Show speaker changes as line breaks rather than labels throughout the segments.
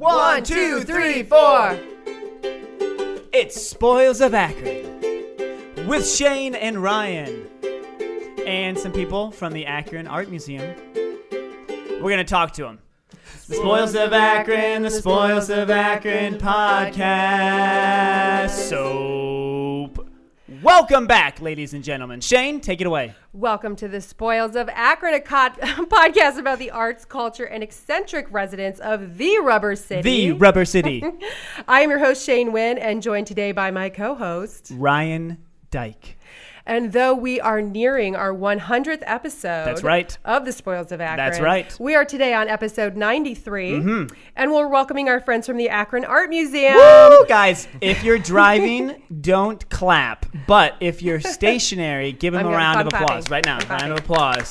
One, two, three, four.
It's Spoils of Akron with Shane and Ryan and some people from the Akron Art Museum. We're going to talk to them. The Spoils of Akron, the Spoils of Akron podcast. Soap. Welcome back, ladies and gentlemen. Shane, take it away.
Welcome to the Spoils of Akron, a co- podcast about the arts, culture, and eccentric residents of the Rubber City.
The Rubber City,
I am your host, Shane Wynn, and joined today by my co host.
Ryan Dyke.
And though we are nearing our 100th episode
That's right.
of The Spoils of Akron,
That's right. Mm-hmm.
We are today on episode 93, and we're welcoming our friends from the Akron Art Museum.
Woo! Um, Guys, if you're driving, don't clap. But if you're stationary, give him
I'm
a
gonna-
round
I'm
of applause right
clapping.
now.
I'm
Round of applause.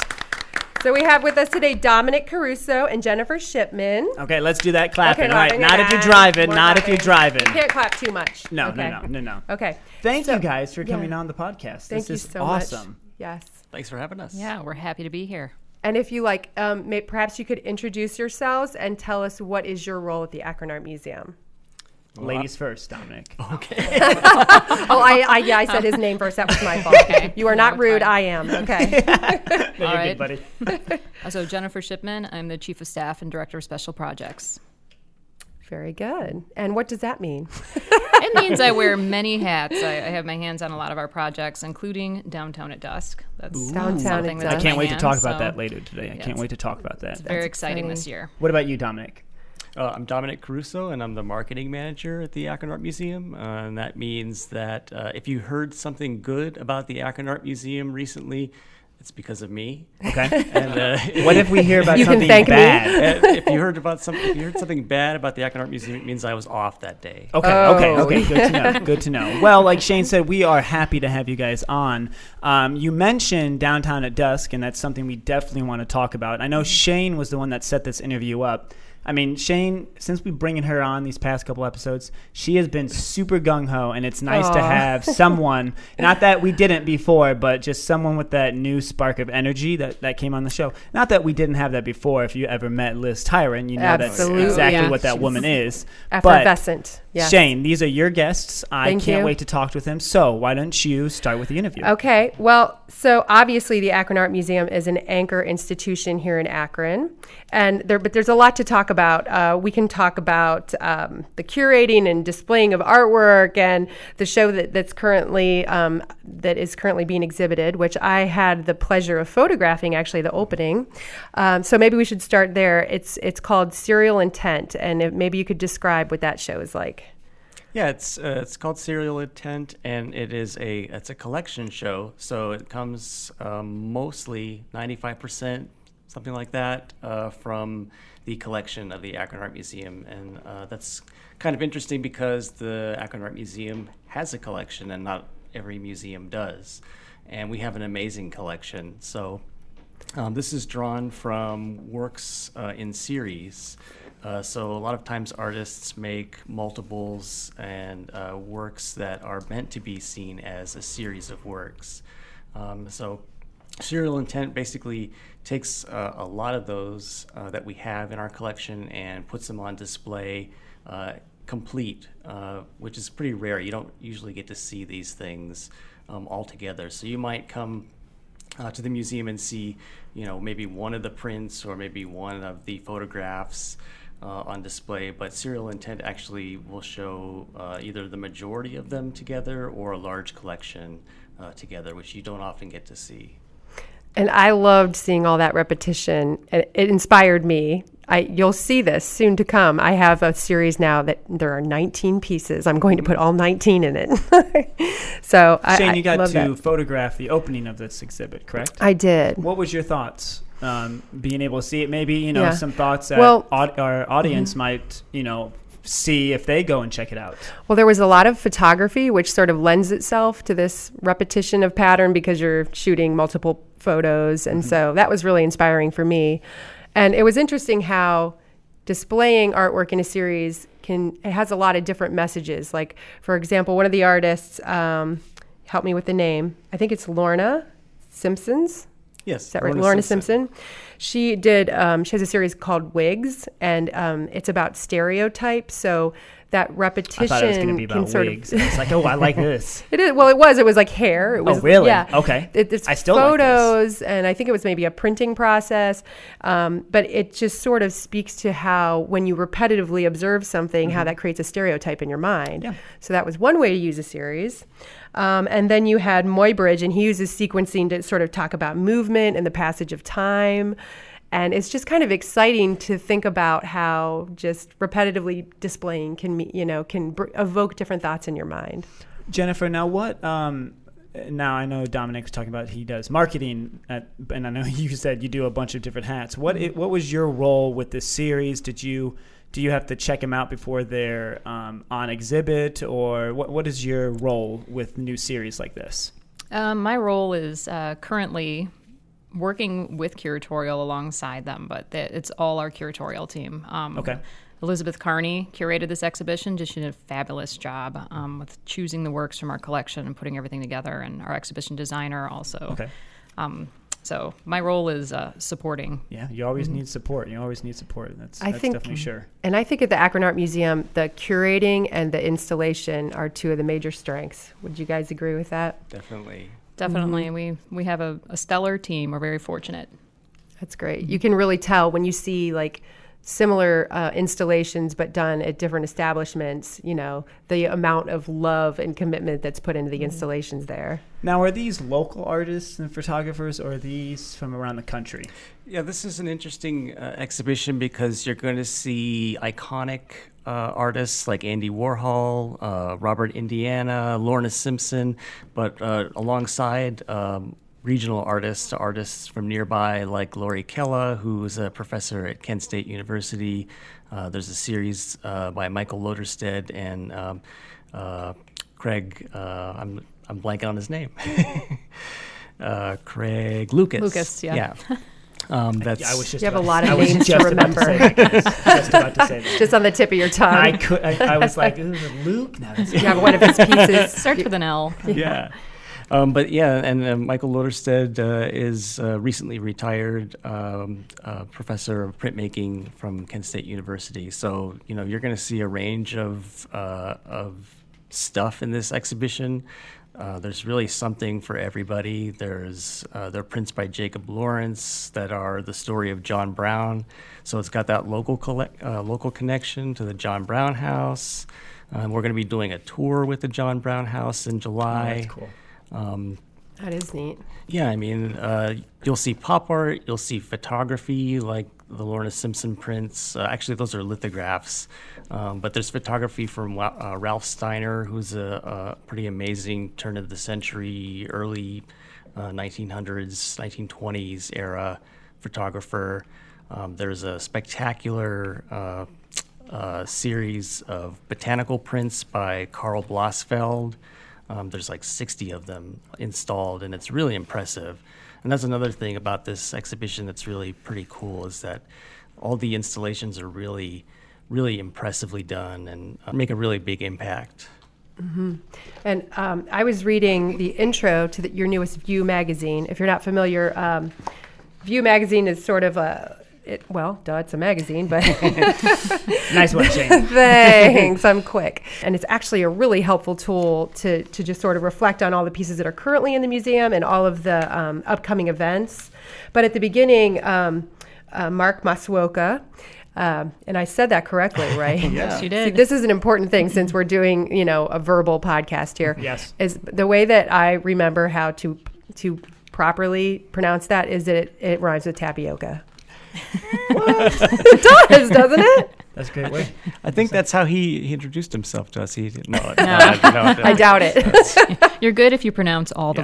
So we have with us today Dominic Caruso and Jennifer Shipman.
Okay, let's do that clapping.
Okay,
All right,
clapping
not if you're
again.
driving,
More
not if you're
clapping.
driving.
You can't clap too much.
No,
okay.
no, no, no, no.
Okay.
Thank you guys for coming on the podcast.
Thank
this
you
is
so
awesome.
much. Yes.
Thanks for having us.
Yeah, we're happy to be here.
And if you like, um, may, perhaps you could introduce yourselves and tell us what is your role at the Akron Art Museum.
Ladies first, Dominic.
Oh, I, I yeah, I said his name first. That was my fault.
Okay.
You are not
No, it's
rude.
fine.
I am. Okay.
You're
All
good,
right.
buddy.
Uh, So, Jennifer Shipman, I'm the Chief of Staff and Director of Special Projects.
Very good. And what does that mean?
It means I wear many hats. I, I have my hands on a lot of our projects, including Downtown at Dusk. That's
Downtown
something
at Dusk.
that's in
I can't
my
wait to
hands,
talk about
so
that later today. I can't
it's-
wait to talk about that.
It's very
That's
exciting this
exciting.
year.
What about you, Dominic?
Uh, I'm Dominic Caruso, and I'm the marketing manager at the Akron Art Museum. Uh, and that means that uh, if you heard something good about the Akron Art Museum recently, it's because of me.
Okay.
And uh,
what if we hear about
You can
something
thank me.
bad?
and if you heard about some, if you heard something bad about the Akron Art Museum, it means I was off that day.
Okay,
Oh.
okay, okay. Good to know. Good to know. Well, like Shane said, we are happy to have you guys on. Um, you mentioned Downtown at Dusk, and that's something we definitely want to talk about. I know Shane was the one that set this interview up. I mean, Shane, since we've bringing her on these past couple episodes, she has been super gung ho, and it's nice to
Aw.
have someone. Not that we didn't before, but just someone with that new spark of energy that, that came on the show. Not that we didn't have that before. If you ever met Liz Tyron, you know
Absolutely.
that's exactly
Yeah.
what that woman is. But
Effervescent. Yes.
Shane, these are your guests. I
Thank
can't
you. Oh,
wait to talk with them. So why don't you start with the interview?
Okay. Well, so obviously the Akron Art Museum is an anchor institution here in Akron, and there. But there's a lot to talk about. Uh, we can talk about um, the curating and displaying of artwork, and the show that, that's currently um, that is currently being exhibited, which I had the pleasure of photographing actually the opening. Um, so maybe we should start there. It's it's called Serial Intent, and if, maybe you could describe what that show is like.
Yeah, it's uh, it's called Serial Intent, and it is a it's a collection show. So it comes um, mostly ninety five percent, something like that, uh, from the collection of the Akron Art Museum, and uh, that's kind of interesting because the Akron Art Museum has a collection, and not every museum does. And we have an amazing collection. So um, this is drawn from works uh, in series. Uh, so a lot of times artists make multiples and uh, works that are meant to be seen as a series of works. Um, so serial intent basically takes uh, a lot of those uh, that we have in our collection and puts them on display uh, complete, uh, which is pretty rare. You don't usually get to see these things um, all together. So you might come uh, to the museum and see, you know, maybe one of the prints or maybe one of the photographs uh, on display. But Serial Intent actually will show uh, either the majority of them together or a large collection uh, together, which you don't often get to see.
And I loved seeing all that repetition. It, it inspired me. I, you'll see this soon to come. I have a series now that there are 19 pieces. I'm going to put all 19 in it. so I,
Shane,
I
you got
love
to
that.
photograph the opening of this exhibit, correct?
I did.
what was your thoughts um, being able to see it? Maybe you know
Yeah.
some thoughts that
Well- mm-hmm.
aud- our audience might you know see if they go and check it out.
Well, there was a lot of photography, which sort of lends itself to this repetition of pattern because you're shooting multiple photos. And so that was really inspiring for me. And it was interesting how displaying artwork in a series can, it has a lot of different messages. Like, for example, one of the artists, um, help me with the name, I think it's Lorna Simpsons.
Yes.
Is that right? Lorna Simpson. She did. Um, she has a series called Wigs, and um, it's about stereotypes. So that repetition
I thought it was going to be
can
about
sort
wigs.
of.
I was like, oh, I like this.
It is, well, it was. It was like hair. It was,
Oh, really?
Yeah.
Okay.
It, it's
I still like this.
photos, and I think it was maybe a printing process. Um, but it just sort of speaks to how, when you repetitively observe something, how that creates a stereotype in your mind.
Mm-hmm. Yeah.
So that was one way to use a series. Um, and then you had Moybridge, and he uses sequencing to sort of talk about movement and the passage of time. And it's just kind of exciting to think about how just repetitively displaying can, me- you know, can br- evoke different thoughts in your mind.
Jennifer, now what? Um, now I know Dominic's talking about he does marketing, at, and I know you said you do a bunch of different hats. What i what was your role with this series? Did you do you have to check them out before they're um, on exhibit, or what, what is your role with new series like this?
Um, my role is uh, currently working with curatorial alongside them, but th- it's all our curatorial team. Um,
Okay.
Elizabeth Carney curated this exhibition. Just she did a fabulous job um, with choosing the works from our collection and putting everything together, and our exhibition designer also.
Okay.
Um, so my role is uh, supporting.
Yeah, you always need support. You always need support. and That's,
I
that's
think-
definitely sure.
And I think at the Akron Art Museum, the curating and the installation are two of the major strengths. Would you guys agree with that?
Definitely.
Mm-hmm.
Definitely, we we have a, a stellar team. We're very fortunate.
That's great. You can really tell when you see like similar uh, installations but done at different establishments, you know, the amount of love and commitment that's put into the installations there.
Now, are these local artists and photographers, or are these from around the country?
Yeah, this is an interesting uh, exhibition because you're going to see iconic uh, artists like Andy Warhol, uh, Robert Indiana, Lorna Simpson, but uh, alongside um, regional artists, artists from nearby like Lori Kella, who's a professor at Kent State University. Uh, there's a series uh, by Michael Loderstedt and um, uh, Craig. Uh, I'm I'm blanking on his name. uh, Craig Lucas.
Lucas, yeah.
Yeah. Um, that's
I was just
You have
about
a
to-
lot of
I was
names to
just about
remember.
say that, guys. just about to say that.
Just on the tip of your
I
tongue.
could. I, I was like, "Ooh, Luke. No, that's-
You have one of his pieces.
Starts with an L.
yeah. Um, but yeah, and uh, Michael Loderstedt uh, is uh, recently retired um, uh, professor of printmaking from Kent State University. So you know you're going to see a range of uh, of stuff in this exhibition. Uh, there's really something for everybody. There's uh, there are prints by Jacob Lawrence that are the story of John Brown. So it's got that local collect, uh, local connection to the John Brown House. Um, we're going to be doing a tour with the John Brown House in July.
that's cool.
Um,
That is neat.
yeah, I mean, uh, you'll see pop art, you'll see photography like the Lorna Simpson prints. Uh, actually, those are lithographs, um, but there's photography from Wa- uh, Ralph Steiner, who's a, a pretty amazing turn of the century, early uh, 1900s, 1920s era photographer. Um, there's a spectacular uh, uh, series of botanical prints by Carl Blossfeld. Um, there's like 60 of them installed, and it's really impressive. And that's another thing about this exhibition that's really pretty cool is that all the installations are really, really impressively done and uh, make a really big impact.
And um, I was reading the intro to the, your newest View magazine. If you're not familiar, um, View magazine is sort of a it, well, duh, it's a magazine, but
Nice one, Shane.
Thanks. I'm quick. And it's actually a really helpful tool to, to just sort of reflect on all the pieces that are currently in the museum and all of the um, upcoming events. But at the beginning, um, uh, Mark Masuoka, um, and I said that correctly, right?
Yes, you
See,
did.
this is an important thing since we're doing, you know, a verbal podcast here.
Yes.
Is the way that I remember how to to properly pronounce that is that it, it rhymes with tapioca. it does, doesn't it?
That's a great way.
I think that's how he, he introduced himself to us. He no, no, no,
I doubt it.
You're good if you pronounce all the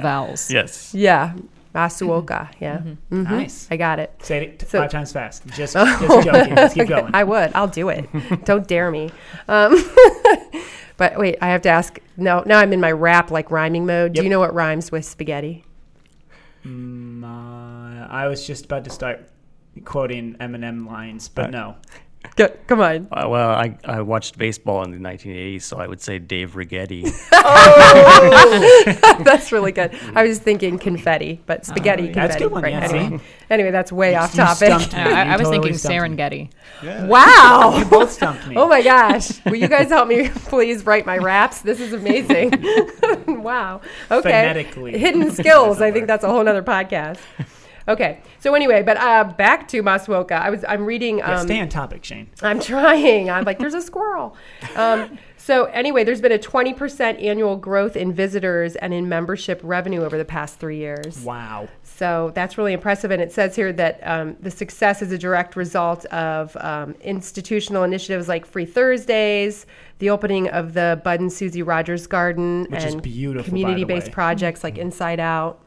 vowels.
Yes.
Yeah. Masuoka. Yeah. Mhm.
Nice.
I got it.
Say it t-
So- Oh.
five times fast. Just, just joking. Let's keep going.
I would. I'll do it. Don't dare me. Um, but wait, I have to ask. No, now I'm in my rap like rhyming mode. Do
Yep.
you know what rhymes with spaghetti?
Mm, uh, I was just about to start quoting Eminem lines, but no.
Go- Come on.
Uh, well, I, I watched baseball in the 1980s, so I would say Dave Rigetti.
That's really good. I was thinking confetti, but spaghetti confetti.
That's a good one,
right?
Oh, yeah,
anyway.
see?
anyway, that's way off
You
topic.
stumped me.
No, I,
You
I was
totally
thinking
stumped me.
Serengeti.
Wow.
You both stumped me.
Oh my gosh. Will you guys help me please write my raps? This is amazing. wow. Okay.
Phonetically.
Hidden skills. I think that's a whole nother podcast. Okay. So anyway, but uh, back to Maswoka. I was I'm reading um,
Yeah, stay on topic, Shane.
I'm trying. I'm like, there's a squirrel. Um, so anyway, there's been a 20% annual growth in visitors and in membership revenue over the past three years.
Wow.
So that's really impressive. And it says here that um, the success is a direct result of um, institutional initiatives like Free Thursdays, the opening of the Bud and Susie Rogers Garden,
Which is
and
beautiful, by the
community-based
way. Mm-hmm.
projects like Inside Out.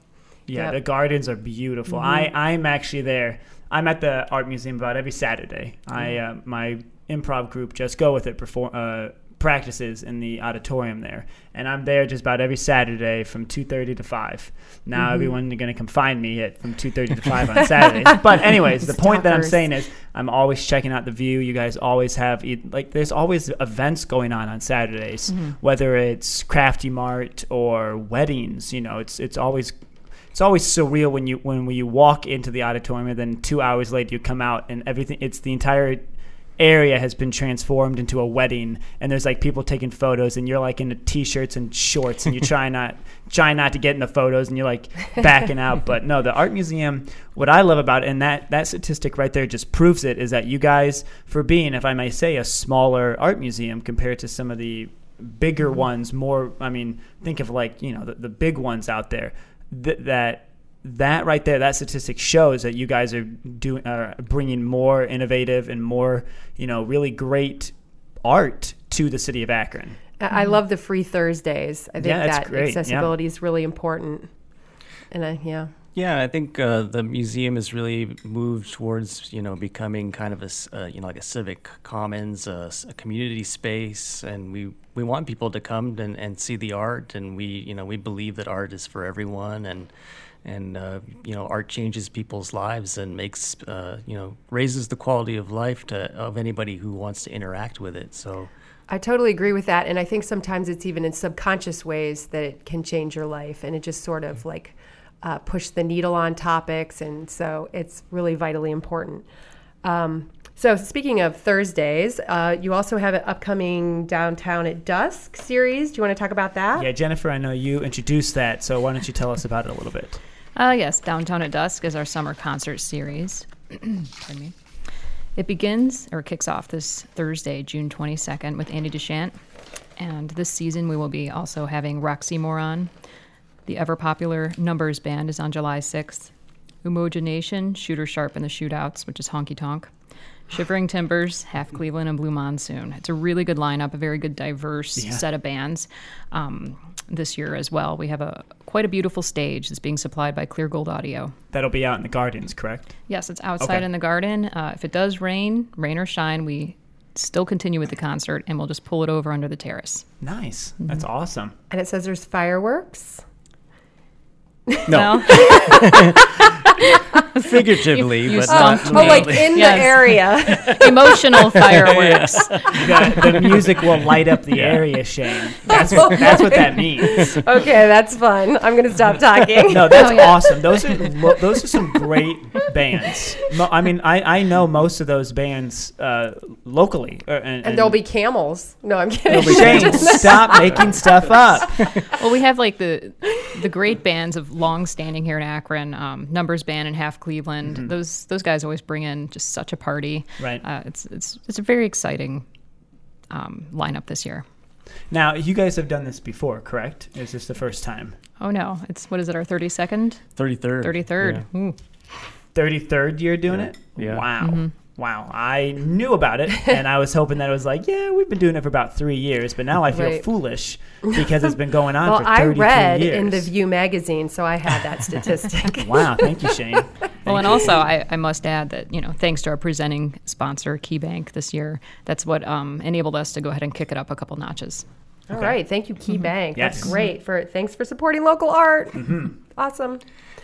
Yeah,
Yep.
the gardens are beautiful. I I'm actually there. I'm at the art museum about every Saturday. I uh, my improv group just go with it perform uh, practices in the auditorium there, and I'm there just about every Saturday from two thirty to five. Now everyone is going to come find me at from two thirty to five on Saturdays. But anyways, the point that I'm
Stalkers.
saying is I'm always checking out the view. You guys always have e- like there's always events going on on Saturdays, whether it's Crafty Mart or weddings. You know, it's it's always it's always surreal when you when you walk into the auditorium and then two hours later you come out and everything it's the entire area has been transformed into a wedding and there's like people taking photos and you're like in the t-shirts and shorts and you try not try not to get in the photos and you're like backing out but no the art museum what i love about it, and that that statistic right there just proves it is that you guys for being if i may say a smaller art museum compared to some of the bigger ones more i mean think of like you know the, the big ones out there th- that that right there that statistic shows that you guys are doing are bringing more innovative and more you know really great art to the city of Akron.
I I love the Free Thursdays. I think
Yeah, that's
that
great. Yeah.
accessibility is really important. And I, yeah.
Yeah, I think uh, the museum has really moved towards you know becoming kind of a s- uh, you know like a civic commons, a, s- a community space, and we we want people to come and, and see the art, and we you know we believe that art is for everyone, and and uh, you know art changes people's lives and makes uh, you know raises the quality of life to of anybody who wants to interact with it. So.
I totally agree with that. And I think sometimes it's even in subconscious ways that it can change your life and it just sort of like uh, push the needle on topics. And so it's really vitally important. Um, so, speaking of Thursdays, uh, you also have an upcoming Downtown at Dusk series. Do you want to talk about that?
Yeah, Jennifer, I know you introduced that, so why don't you tell us about it a little bit?
Uh, yes, Downtown at Dusk is our summer concert series. Pardon me. It begins or kicks off this Thursday, June 22nd, with Andy Deshant. And this season, we will be also having Roxy Moron. The ever popular Numbers Band is on July 6th. Umoja Nation, Shooter Sharp and the Shootouts, which is Honky Tonk. Shivering Timbers, Half Cleveland, and Blue Monsoon. It's a really good lineup, a very good, diverse set of bands um, this year as well. We have a quite a beautiful stage that's being supplied by Clear Gold Audio.
That'll be out in the gardens, correct?
Yes, it's outside
Okay.
in the garden. Uh, if it does rain, rain or shine, we still continue with the concert and we'll just pull it over under the terrace.
Nice. Mm-hmm. That's awesome.
And it says there's fireworks.
No,
Well,
figuratively,
You
but
stumped
not
me.
Oh, like
literally.
in
Yes.
the area.
emotional fireworks.
The, the music will light up the area, Shane. That's what, that's what that means.
okay, that's fun. I'm going to stop talking.
No, that's
Oh, yeah.
awesome. Those are lo- those are some great bands. Mo- I mean, I, I know most of those bands uh, locally. uh, and,
And there'll be camels. No, I'm kidding.
Shane, stop making stuff up.
Well, we have like the the great bands of long standing here in Akron, um, Numbers Band and Half Cleveland. Those those guys always bring in just such a party.
Mm-hmm. Right.
Uh, it's it's it's a very exciting um, lineup this year.
Now, you guys have done this before, correct? Is this the first time?
Oh no, it's what is it? Our thirty second,
33rd.
thirty
Yeah.
third.
33rd year doing
Yeah.
it?
Yeah.
Wow.
Mm-hmm.
Wow. I knew about it and I was hoping that it was like, yeah, we've been doing it for about three years, but now I feel
Right.
foolish because it's been going on
Well,
for
I
33
read
years.
in the View magazine, so I had that statistic.
Wow. Thank you, Shane.
Well, and also I, I must add that you know thanks to our presenting sponsor KeyBank this year, that's what um, enabled us to go ahead and kick it up a couple notches.
All right, thank you, KeyBank. That's
Mm-hmm. Yes. Mm-hmm.
great. For thanks for supporting local art. Awesome.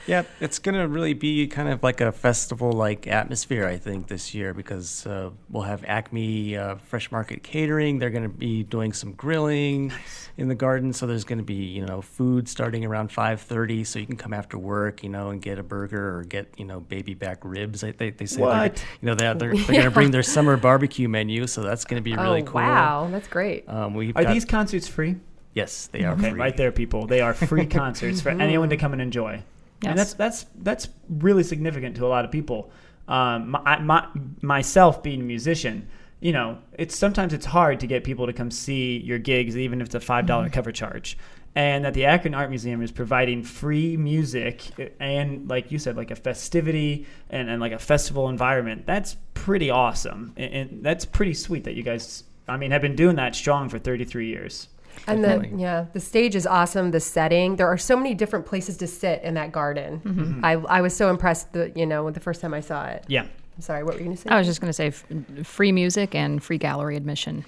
Yeah, it's going to really be kind of like a festival like atmosphere, I think, this year because uh, we'll have Acme uh, Fresh Market Catering. They're going to be doing some grilling in the garden, so there's going to be you know food starting around 5:30, so you can come after work, you know, and get a burger or get you know baby back ribs. They, they, they say they're-
What?
you know they're they're, they're going to bring their summer barbecue menu, so that's going to be really
oh,
cool.
wow, that's great.
Uh,
Um, we've
Are
got-
these concerts free?
Yes, they are
Okay,
free.
right there, people. They are free concerts for anyone to come and enjoy.
Yes.
And that's that's that's really significant to a lot of people. Um, my, my, myself being a musician, you know, it's sometimes it's hard to get people to come see your gigs, even if it's a five cover charge. And that the Akron Art Museum is providing free music eh, and, like you said, like a festivity and, and like a festival environment. That's pretty awesome, and, and that's pretty sweet that you guys. I mean, have been doing that strong for 33 years.
And the
Definitely.
yeah, the stage is awesome. The setting. There are so many different places to sit in that garden.
Mm-hmm.
I, I was so impressed that you know when the first time I saw it.
Yeah.
I'm sorry, what were you gonna say?
I was just going to say f- free music and free gallery admission.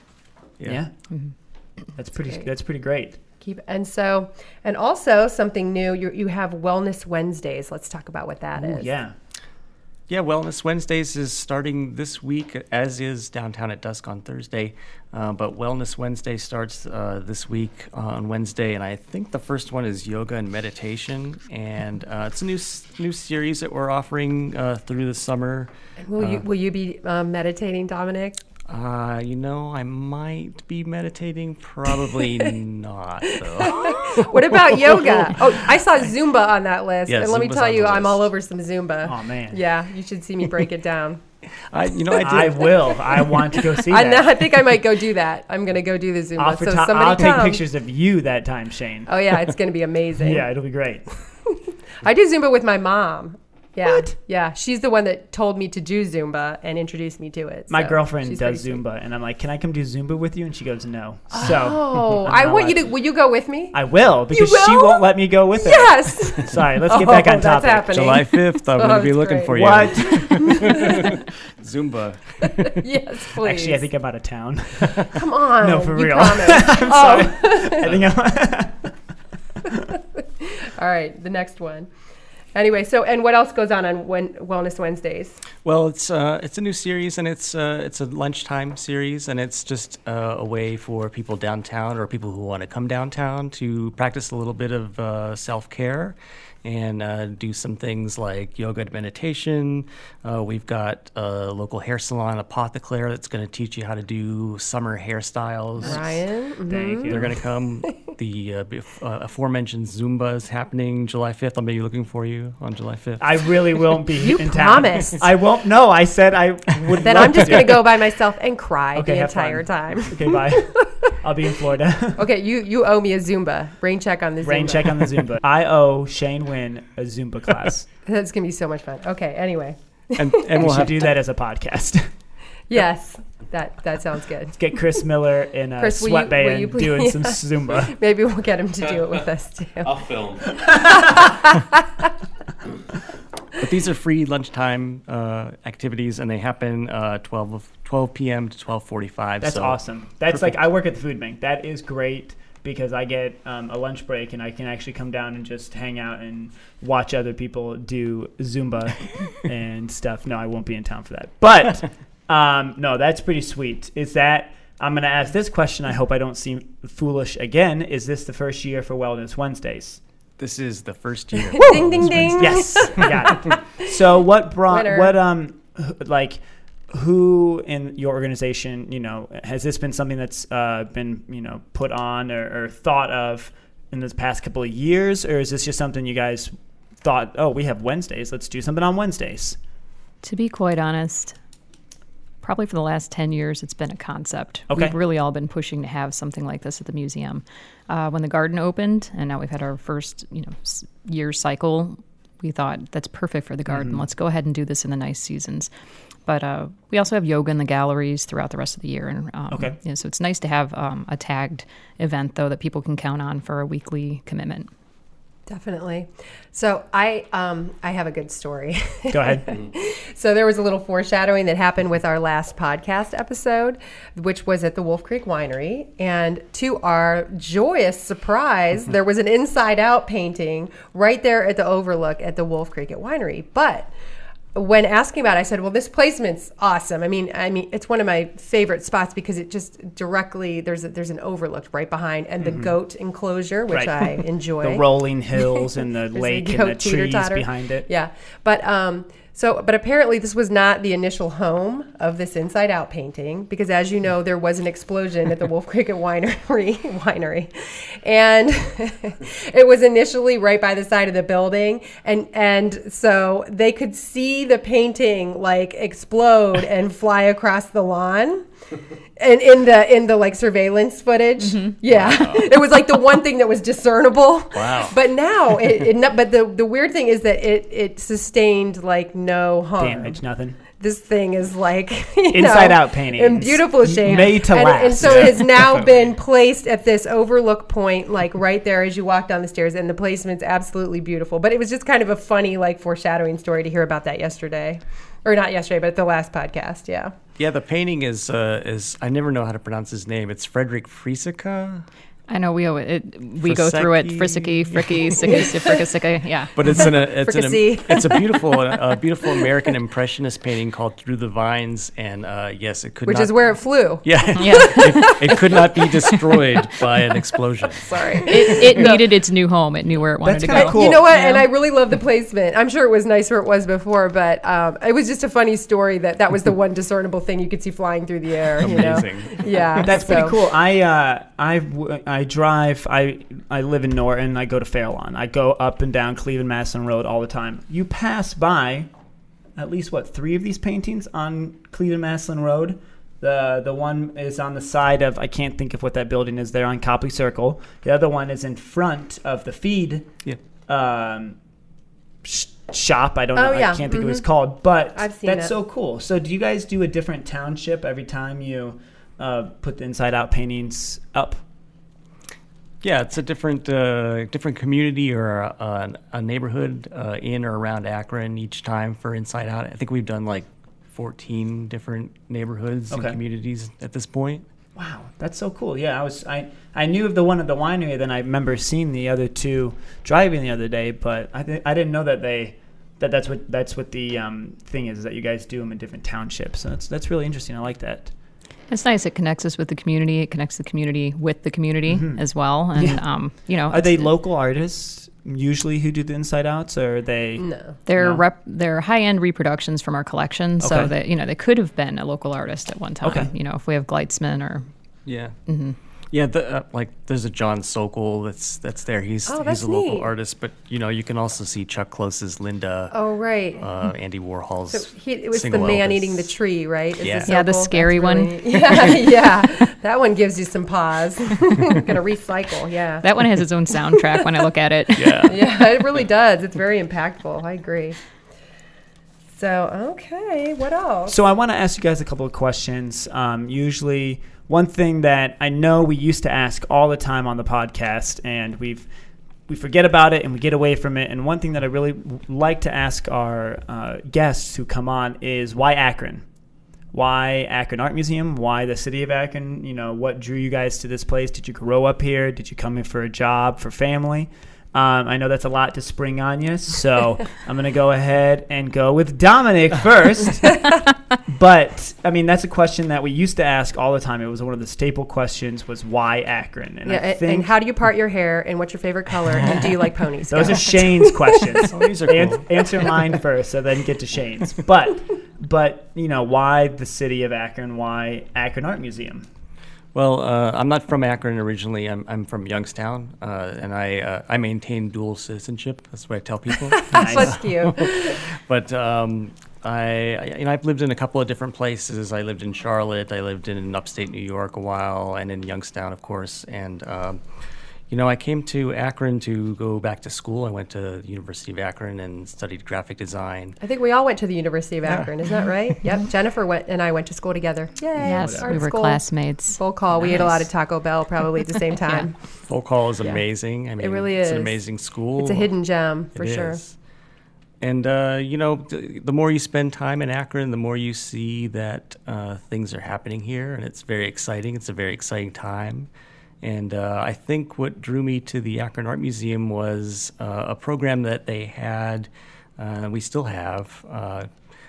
Yeah. That's pretty.
Mm-hmm. great.
That's pretty great.
Keep and so and also something new. You you have Wellness Wednesdays. Let's talk about what that is.
Yeah.
Yeah, Wellness Wednesdays is starting this week, as is Downtown at Dusk on Thursday. Uh, but Wellness Wednesday starts uh, this week on Wednesday, and I think the first one is yoga and meditation. And uh, it's a new s- new series that we're offering uh, through the summer.
Will
Uh-huh.
you will you be um, meditating, Dominic?
Uh, you know, I might be meditating, probably not though.
What about yoga? Oh, I saw Zumba on that list.
Yeah,
and let me
Zumba's
tell
on
you,
the
I'm all
list.
over some Zumba.
Oh, man.
Yeah, you should see me break it down.
I, you know, I did.
I will. I want to go see
I, know,
that.
I think I might go do that. I'm gonna go do the Zumba.
I'll,
so
photo-
somebody
I'll take
come.
pictures of you that time, Shane.
Oh yeah, it's gonna be amazing.
yeah, it'll be great.
I do Zumba with my mom. Yeah. Yeah. She's the one that told me to do Zumba and introduced me to it.
My
so
girlfriend
she's
does
pretty sweet.
Zumba, and I'm like, "Can I come do Zumba with you?" And she goes, "No." So
Oh,
I'm
I
not
want you
allowed
to. Will you go with me?
I will because she
will?
won't let me go with her.
yes.
Sorry, let's get
Oh,
back on
that's
topic.
happening.
July fifth, I'm
Oh,
going to be
that's
looking
great.
for you.
What?
Zumba.
yes, please.
Actually, I think I'm out of town.
Come on.
No, for
you
real.
promise. Oh,
I'm sorry. I think I'm.
All right, the next one. Anyway, so and what else goes on on Wen- Wellness Wednesdays?
Well, it's uh, it's a new series, and it's uh, it's a lunchtime series, and it's just uh, a way for people downtown or people who want to come downtown to practice a little bit of uh, self care, and uh, do some things like yoga and meditation. Uh, we've got a local hair salon, Apotheclaire, that's going to teach you how to do summer hairstyles.
Ryan, mhm.
Thank
They're
you.
going to come. The uh, bef- uh, aforementioned Zumba is happening July 5th. I'll be looking for you on July 5th.
I really won't be
You
in town.
promised.
I won't. No, I said I would.
then
love
I'm just
do
going
it.
to go by myself and cry
Okay,
the
have fun.
entire time.
Okay, bye. I'll be in Florida.
Okay, you you owe me a Zumba rain check on the Zumba.
Rain check on the Zumba. I owe Shane Wynn a Zumba class.
That's gonna be so much fun. Okay, anyway,
and and
we
we'll
should
have
do that as a podcast.
yes, that that sounds good.
Get Chris Miller in a
Chris, will you- will
sweatband
you please-
doing some
Yeah.
Zumba.
Maybe we'll get him to do it with us too.
Oh,
I'll film.
But these are free lunchtime uh, activities, and they happen uh, 12, of- 12 p.m. to 12:45.
That's
so
awesome. That's like I work at the food bank. That is great because I get um, a lunch break and I can actually come down and just hang out and watch other people do Zumba and stuff. No, I won't be in town for that. But um, no, that's pretty sweet. Is that I'm going to ask this question. I hope I don't seem foolish again. Is this the first year for Wellness Wednesdays?
This is the first year.
ding ding ding.
Yes, we got it. So what brought
Winner.
what um wh- like who in your organization you know has this been something that's uh, been you know put on or, or thought of in the past couple of years or is this just something you guys thought oh we have Wednesdays let's do something on Wednesdays
To be quite honest, probably for the last 10 years, it's been a concept.
Okay.
We've really all been pushing to have something like this at the museum. Uh, when the garden opened, and now we've had our first you know s- year cycle, we thought that's perfect for the garden.
Mm-hmm.
Let's go ahead and do this in the nice seasons. But uh, we also have yoga in the galleries throughout the rest of the year, and um,
Okay.
you know, so it's nice to have um, a tagged event though that people can count on for a weekly commitment.
Definitely. So I um, I have a good story.
Go ahead.
so there was a little foreshadowing that happened with our last podcast episode, which was at the Wolf Creek Winery, and to our joyous surprise, there was an inside out painting right there at the overlook at the Wolf Creek at Winery. But when asking about it, I said, "Well, this placement's awesome. I mean, I mean, it's one of my favorite spots because it just directly there's a, there's an overlook right behind and the goat enclosure, which
Mm-hmm. Right.
I enjoy.
The rolling hills and the
There's a
lake and
goat
the trees
teeter-totter.
behind it.
Yeah, but um, so but apparently this was not the initial home of this Inside Out painting because, as you know, there was an explosion at the Wolf Creek Winery winery, and it was initially right by the side of the building, and and so they could see the painting like explode and fly across the lawn. And in the in the like surveillance footage,
Mm-hmm.
yeah, it was like the one thing that was discernible.
Wow.
But now it, it no- but the the weird thing is that it it sustained like no harm.
Damage, nothing.
This thing is like you
Inside
know,
out paintings.
in beautiful shape,
Made to
and,
last.
And so it has now been placed at this overlook point, like right there as you walk down the stairs, and the placement's absolutely beautiful. But it was just kind of a funny like foreshadowing story to hear about that yesterday, or not yesterday, but at the last podcast. Yeah.
Yeah, the painting is uh, is I never know how to pronounce his name. It's Frederick Friesica,
I know we owe it. it we go through it. Frisky,
Frisecki.
fricky, sicky, si- frickasicky. Yeah.
but it's an a, it's an
Fricassee.
it's a beautiful a beautiful American impressionist painting called Through the Vines, and uh, yes, it could
Which
not,
is where it flew.
yeah
Yeah.
it, it could not be destroyed by an explosion.
Sorry.
It, it needed its new home. It knew where it wanted
That's
to
kinda
go.
cool.
You know what?
Yeah.
And I really love the placement. I'm sure it was nice where it was before, but um, it was just a funny story that that was the one discernible thing you could see flying through the air.
Amazing.
You know? Yeah.
That's pretty
so-
cool. I uh, I w- I drive. I I live in Norton. I go to Fairlawn. I go up and down Cleveland Madison Road all the time. You pass by at least what three of these paintings on Cleveland Madison Road. The the one is on the side of I can't think of what that building is there on Copley Circle. The other one is in front of the feed
Yeah.
um, sh- shop. I don't
Oh,
know. I
yeah.
can't think it was called, but
I've seen
that's
it.
so cool. So, do you guys do a different township every time you uh, put the inside out paintings up?
Yeah, it's a different uh, different community or a, a, a neighborhood uh, in or around Akron each time for Inside Out. I think we've done like 14 different neighborhoods
Okay.
and communities at this point.
Wow, that's so cool. Yeah, I was I I knew of the one at the winery. Then I remember seeing the other two driving the other day, but I th- I didn't know that they. That that's what that's what the um, thing is, is that you guys do them in different townships. So that's that's really interesting. I like that.
It's nice. It connects us with the community. It connects the community with the community as well. And, um, you know,
Mm-hmm. Are they
it's-
local artists usually who do the inside outs, or are they?
No.
They're
No.
rep, they're high end reproductions from our collection, so
Okay.
that you know they could have been a local artist at one time.
Okay.
You know, if we have Gleitzman or
Yeah. Mm-hmm. Yeah, the, uh, like there's a John Sokol that's that's there. He's
Oh,
he's
that's
a local
neat.
artist, but you know you can also see Chuck Close's Linda,
Oh, right.
uh, Andy Warhol's.
so he, it was the
single
man
Elvis.
eating the tree, right? Is
Yeah.
this
Yeah, the
Opal? That's
scary one.
really- yeah, yeah. That one gives you some pause. Gonna recycle, yeah.
that one has its own soundtrack. when I look at it,
Yeah.
yeah, it really does. It's very impactful. I agree. So, Oh, okay, what else?
So I want to ask you guys a couple of questions. Um, usually, one thing that I know we used to ask all the time on the podcast, and we've we forget about it and we get away from it. And one thing that I really w- like to ask our uh, guests who come on is why Akron? Why Akron Art Museum? Why the city of Akron? You know, what drew you guys to this place? Did you grow up here? Did you come here for a job, for family? Um, I know that's a lot to spring on you, so I'm going to go ahead and go with Dominic first. But I mean, that's a question that we used to ask all the time. It was one of the staple questions: was why Akron? And
yeah,
I
and,
think
and how do you part your hair? And what's your favorite color? And do you like ponies?
those
Go.
are Shane's questions.
Oh, these are
An-
cool.
answer mine first, and then get to Shane's. But but you know why the city of Akron? Why Akron Art Museum?
Well, uh, I'm not from Akron originally. I'm, I'm from Youngstown, uh, and I uh, I maintain dual citizenship. That's what I tell people.
Nice.
That's cute.
but um, I, I- you know, I've lived in a couple of different places. I lived in Charlotte. I lived in upstate New York a while, and in Youngstown, of course. And um, You know, I came to Akron to go back to school. I went to University of Akron and studied graphic design.
I think we all went to the University of Akron, isn't that right? Yep. Jennifer went and I went to school together. Yay.
Yes,
art
we were
school.
classmates.
Full call. We ate a lot of Taco Bell probably at the same time.
Full call is amazing. I mean,
really
it's an
is.
amazing school.
It's a hidden gem for
It
sure.
is. And uh, you know, th- the more you spend time in Akron, the more you see that uh, things are happening here, and it's very exciting. It's a very exciting time. And uh, I think what drew me to the Akron Art Museum was uh, a program that they had, uh, we still have, uh,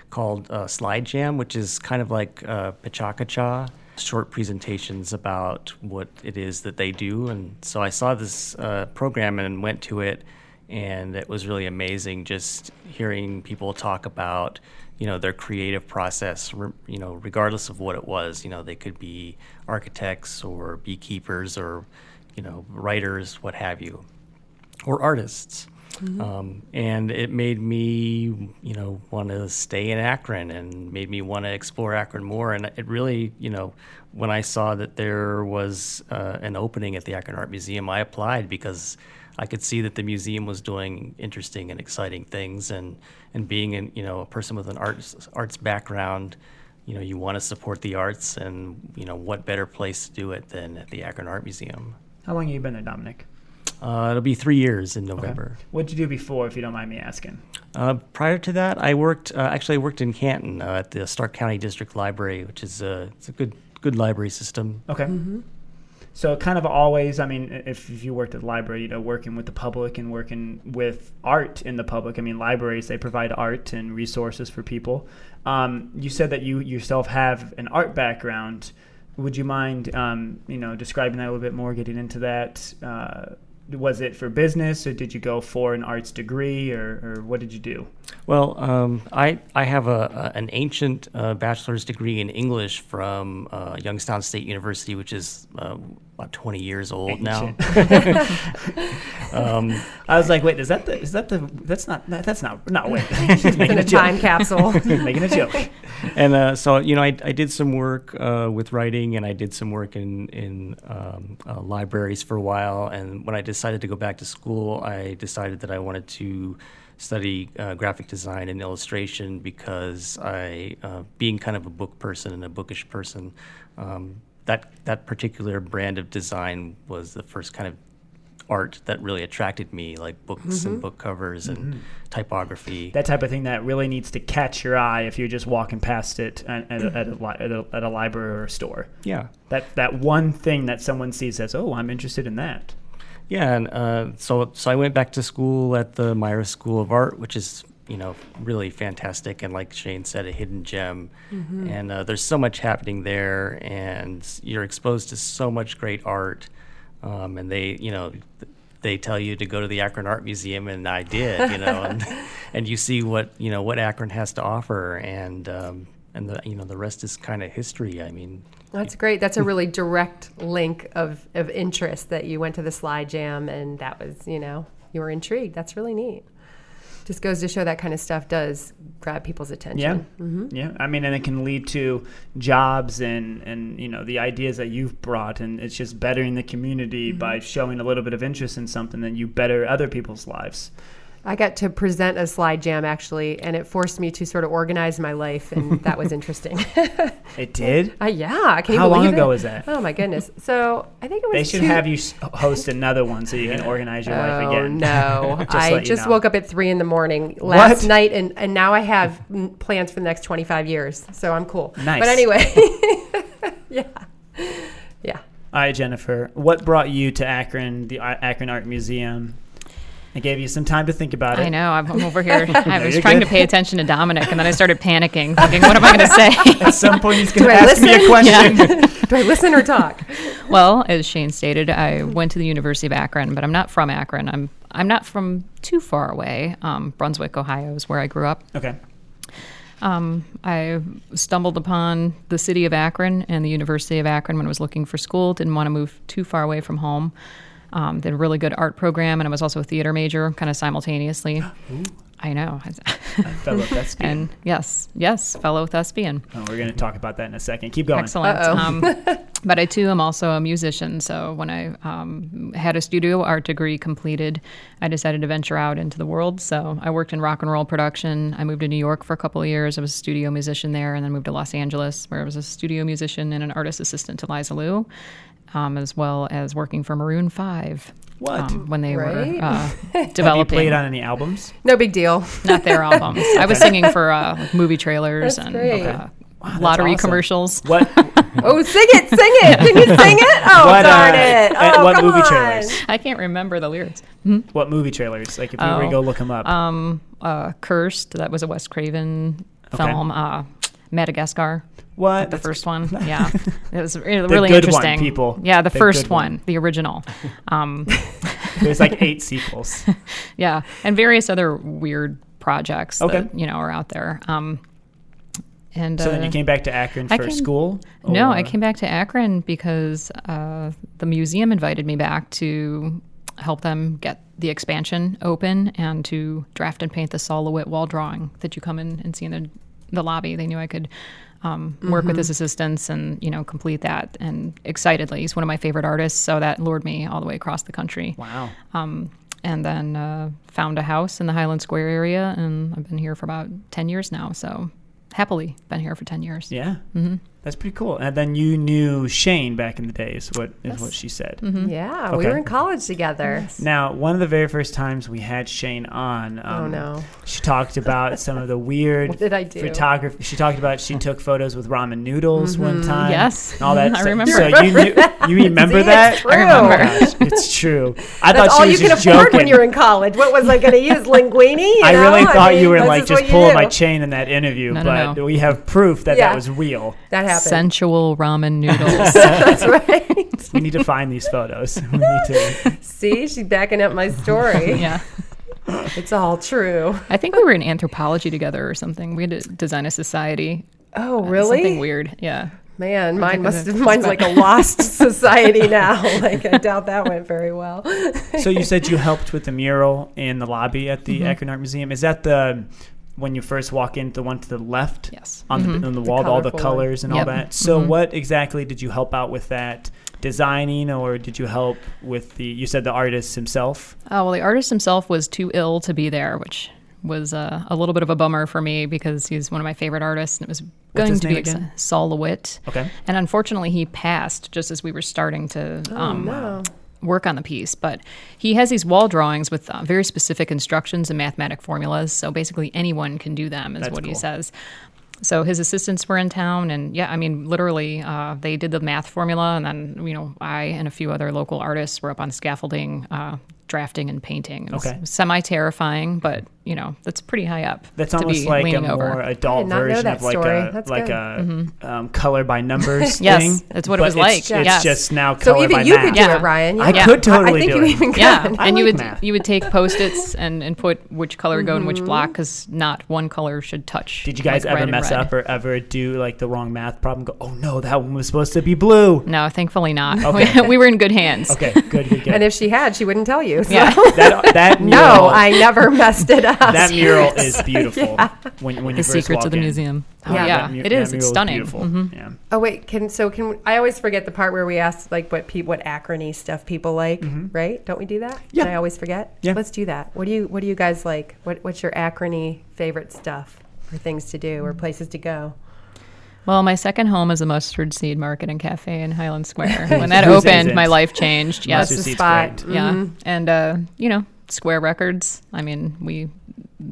called uh, Slide Jam, which is kind of like uh, Pachacacha, short presentations about what it is that they do. And so I saw this uh, program and went to it and it was really amazing just hearing people talk about you know their creative process re- you know regardless of what it was you know they could be architects or beekeepers or you know writers what have you or artists um, and it made me you know want to stay in akron and made me want to explore akron more and it really you know when i saw that there was uh, an opening at the akron art museum i applied because I could see that the museum was doing interesting and exciting things, and and being an, you know a person with an arts arts background, you know you want to support the arts, and you know what better place to do it than at the Akron Art Museum?
How long have you been there, Dominic?
Uh, it'll be three years in November.
What'd you do before, if you don't mind me asking?
Uh, prior to that, I worked uh, actually I worked in Canton uh, at the Stark County District Library, which is a it's a good good library system.
Okay. So kind of always, I mean, i- if, if you worked at the library, you know, working with the public and working with art in the public. I mean, libraries they provide art and resources for people. Um, you said that you yourself have an art background. Would you mind, um, you know, describing that a little bit more, getting into that? Uh, was it for business, or did you go for an arts degree, or, or what did you do?
Well, um, I I have a, a an ancient uh, bachelor's degree in English from uh, Youngstown State University, which is uh, about twenty years old now. Um,
I was like, wait, is that the is that the that's not that, that's not no wait, she's
It's
making
in
a
a time
joke,
capsule.
making a joke.
and uh, so you know, I, I did some work uh, with writing, and I did some work in in um, uh, libraries for a while. And when I decided to go back to school, I decided that I wanted to study uh, graphic design and illustration because I, uh, being kind of a book person and a bookish person, um, that that particular brand of design was the first kind of art that really attracted me, like books and book covers and typography.
that type of thing that really needs to catch your eye if you're just walking past it at, at, a, at, a, li- at, a, at a library or a store.
yeah.
That that one thing that someone sees says, "Oh, I'm interested in that."
Yeah, and uh, so so I went back to school at the Myra School of Art, which is you know really fantastic and like Shane said, a hidden gem. And uh, there's so much happening there, and you're exposed to so much great art. Um, and they, you know, they tell you to go to the Akron Art Museum, and I did, you know, and, and you see what you know what Akron has to offer, and um, and the you know the rest is kind of history. I mean,
That's great. That's a really direct link of, of interest that you went to the slide jam and that was, you know, you were intrigued. That's really neat. Just goes to show that kind of stuff does grab people's attention.
Yeah, yeah. I mean, and it can lead to jobs and and you know the ideas that you've brought, and it's just bettering the community by showing a little bit of interest in something that you better other people's lives.
I got to present a slide jam actually, and it forced me to sort of organize my life, and that was interesting.
It did.
uh, yeah, can you
How long
believe
ago
it?
was that?
Oh my goodness! So I think it was.
They should
two-
have you s- host another one so you can organize your life
Oh
again.
no!
Just
I
let you
just
know.
woke up at three in the morning last
What?
night, and, and now I have mm, plans for the next twenty five years. So I'm cool.
Nice.
But anyway, yeah, yeah.
All right, Jennifer. What brought you to Akron, the Ar- Akron Art Museum? I gave you some time to think about it.
I know. I'm I'm over here. I was
you're
trying
good.
to pay attention to Dominic, and then I started panicking, thinking, "What am I going to say?"
At some point, he's going
Do
to
I
ask me a
listen?
question.
Do I listen or talk?
well, as Shane stated, I went to the University of Akron, but I'm not from Akron. I'm I'm not from too far away. Um, Brunswick, Ohio, is where I grew up.
Okay.
Um, I stumbled upon the city of Akron and the University of Akron when I was looking for school. Didn't want to move too far away from home. Um, did a really good art program, and I was also a theater major, kind of simultaneously. I know.
Fellow thespian.
and yes, yes, fellow thespian.
oh, we're going to talk about that in a second. Keep going.
Excellent.
Uh-oh.
Um, but I too am also a musician. So when I um, had a studio art degree completed, I decided to venture out into the world. So I worked in rock and roll production. I moved to New York for a couple of years. I was a studio musician there, and then moved to Los Angeles, where I was a studio musician and an artist assistant to Liza Lou, um, as well as working for Maroon Five.
What?
um, when they
Right.
were uh,
Have you
developing
played on any albums?
No big deal.
not their albums. I was singing for uh, like movie trailers
That's
and
great.
uh, lottery
awesome.
commercials.
What?
Oh, sing it, sing it. Can you sing it? Oh,
What, uh,
darn it.
uh,
Oh,
what
come
movie
on.
trailers?
I can't remember the lyrics.
what movie trailers? Like if you were to
Oh,
go look them up.
Um, uh, Cursed. That was a Wes Craven
Okay.
film. Uh, Madagascar,
what?
the
That's-
first one. Yeah, it was re- really
good one,
interesting.
people.
Yeah, the,
The
first
good one.
one, the original. Um,
There's like eight sequels.
yeah, and various other weird projects
Okay.
that you know are out there. Um, and
So then
uh,
you came back to Akron
I
for
came-
school?
No, I
or-
came back to Akron because uh, the museum invited me back to help them get the expansion open and to draft and paint the Saul LeWitt wall drawing that you come in and see in the, the lobby. They knew I could um, work with his assistants and you know complete that. And excitedly, he's one of my favorite artists, so that lured me all the way across the country.
Wow.
Um, and then uh, found a house in the Highland Square area, and I've been here for about ten years now. So happily been here for ten years.
Yeah. Mm-hmm. That's pretty cool. And then you knew Shane back in the day, is what, is what she said.
Mm-hmm. Yeah, we
Okay.
were in college together.
Now, one of the very first times we had Shane on, um,
Oh, no.
she talked about some of the weird
What did I do?
photography. She talked about she took photos with ramen noodles one
Mm-hmm.
time.
Yes.
and all that.
I
stuff.
remember.
So you knew, you remember
See,
that?
it's true. I
Oh
remember.
my gosh, it's true. I
That's
thought she
all you
was
can
just
afford
joking.
when you're in college. What was I going to use? Linguini? You
I really
know?
thought you
mean,
were
this
like
is what
just
you
pulling
do.
my chain in that interview,
No, no,
but
no.
we have proof that
Yeah.
that was real.
That happened.
Sensual ramen noodles.
That's right.
We need to find these photos. We need to.
See, she's backing up my story.
yeah.
It's all true.
I think we were in anthropology together or something. We had to design a society.
Oh,
Something
really?
weird. Yeah.
Man, mine
think I
must
did.
have, mine's like a lost society now. Like, I doubt that went very well.
So you said you helped with the mural in the lobby at the
Mm-hmm.
Akron Art Museum. Is that the when you first walk in, the one to the left?
Yes.
On the on the wall, with all the
Mm-hmm. colorful Mm-hmm. one.
colors and all
Yep.
that. So what exactly did you help out with that designing, or did you help with the? You said the artist himself.
Oh, well, the artist himself was too ill to be there, which was uh, a little bit of a bummer for me because he's one of my favorite artists and it was going
his
to
name
be ex-
again?
Saul LeWitt.
Okay.
And unfortunately, he passed just as we were starting to
Oh,
um,
no.
work on the piece. But he has these wall drawings with uh, very specific instructions and mathematic formulas. So basically, anyone can do them, is
That's
what he
cool.
says. So his assistants were in town, and yeah, I mean, literally, uh, they did the math formula, and then you know, I and a few other local artists were up on scaffolding, uh, drafting and painting. It was
Okay.
semi terrifying, but you know, that's pretty high up.
That's
to
almost
be
like a
leaning over.
more adult
not know
version
that
of like
story.
a
That's
like
good. Mm-hmm.
a um, color by numbers
Yes,
thing.
that's what it
But
was
it's-
like.
It's,
Yes.
just now
so
color by
even you
math.
could do
Yeah.
it, Ryan.
I
Yeah.
could
I-
totally
I think
do
you
it.
even could.
Yeah,
I
and you
like
would
math. Mm-hmm.
you would take post its and and put which color go in which block because not one color should touch.
Did you guys
like, red
ever
and
mess
red.
up or ever do like the wrong math problem? Go, oh no, that one was supposed to be blue.
No, thankfully not.
Okay.
we were in good hands.
Okay, good, good, good.
And if she had, she wouldn't tell you. So.
Yeah.
that that mural,
No, I never messed it up.
that mural is beautiful. When when you
the
first
secrets
walk
of the
in.
museum. Oh,
Yeah.
yeah,
That mu-
it is.
that
It's
mural
stunning. Mm-hmm.
Beautiful. Yeah.
Oh wait, can so can I always forget the part where we ask like what pe- what acrony stuff people like, right? Don't we do that?
Yeah.
And I always forget.
Yeah.
Let's do that. What do you what do you guys like? What what's your acrony favorite stuff or things to do or places to go?
Well, my second home is a mustard seed market and cafe in Highland Square. when that
Whose
opened,
isn't?
my life changed. Yes,
Mustard
the
seed's
spot.
great.
yeah, and uh, you know, Square Records. I mean, we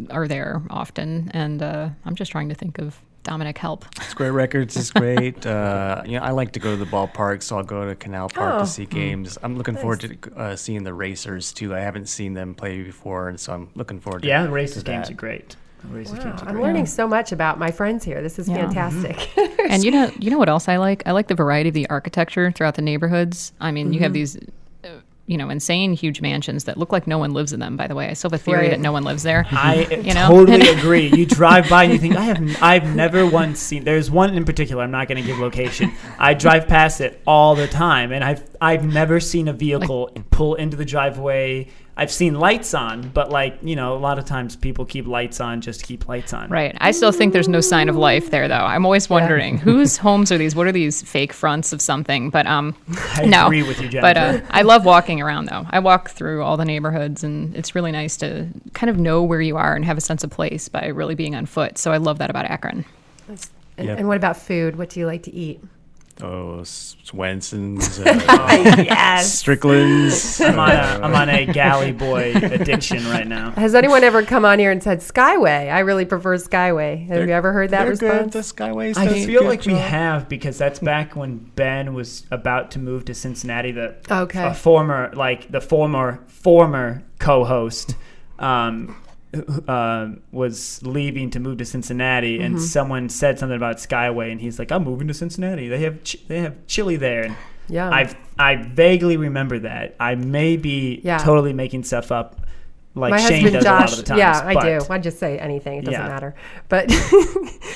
are there often, and uh, I'm just trying to think of Dominic Help.
Square Records is great. Uh, you know, I like to go to the ballpark, so I'll go to Canal Park
Oh.
to see games. I'm looking forward to uh, seeing the Racers too. I haven't seen them play before, and so I'm looking forward. to
Yeah, the races
to
games
that.
are great. The races
Wow,
games are
I'm
great.
learning so much about my friends here. This is
Yeah.
fantastic.
and you know, you know what else I like? I like the variety of the architecture throughout the neighborhoods. I mean, you have these, uh, you know, insane huge mansions that look like no one lives in them. By the way, I still have a theory
Right.
that no one lives there.
I
You know?
totally agree. You drive by and you think I have I've never once seen. There's one in particular. I'm not going to give location. I drive past it all the time, and I've I've never seen a vehicle pull into the driveway I've seen lights on, but like you know, a lot of times people keep lights on just to keep lights on.
Right. I still think there's no sign of life there, though. I'm always wondering whose homes are these? What are these fake fronts of something? But um,
I
no.
agree with you,
But uh,
Jennifer.
I love walking around, though. I walk through all the neighborhoods, and it's really nice to kind of know where you are and have a sense of place by really being on foot. So I love that about Akron.
And,
Yep.
and what about food? What do you like to eat?
Oh, S- Swenson's, uh,
yes.
Strickland's.
I'm on, a, I'm on a galley boy addiction right now.
Has anyone ever come on here and said Skyway? I really prefer Skyway. Have you ever heard that
They're good.
response?
The Skyways.
I
does a
feel
good
like we
job.
have because that's back when Ben was about to move to Cincinnati. The
Okay.
a former like the former former co-host um, uh, was leaving to move to Cincinnati, and
Mm-hmm.
someone said something about Skyway, and he's like, "I'm moving to Cincinnati. They have ch- they have chili there." And
Yeah.
I I vaguely remember that. I may be
Yeah.
totally making stuff up. Like
My
Shane
husband
does
Josh,
a lot of the times.
yeah, I
but-
do. I just say anything; it doesn't
Yeah.
matter. But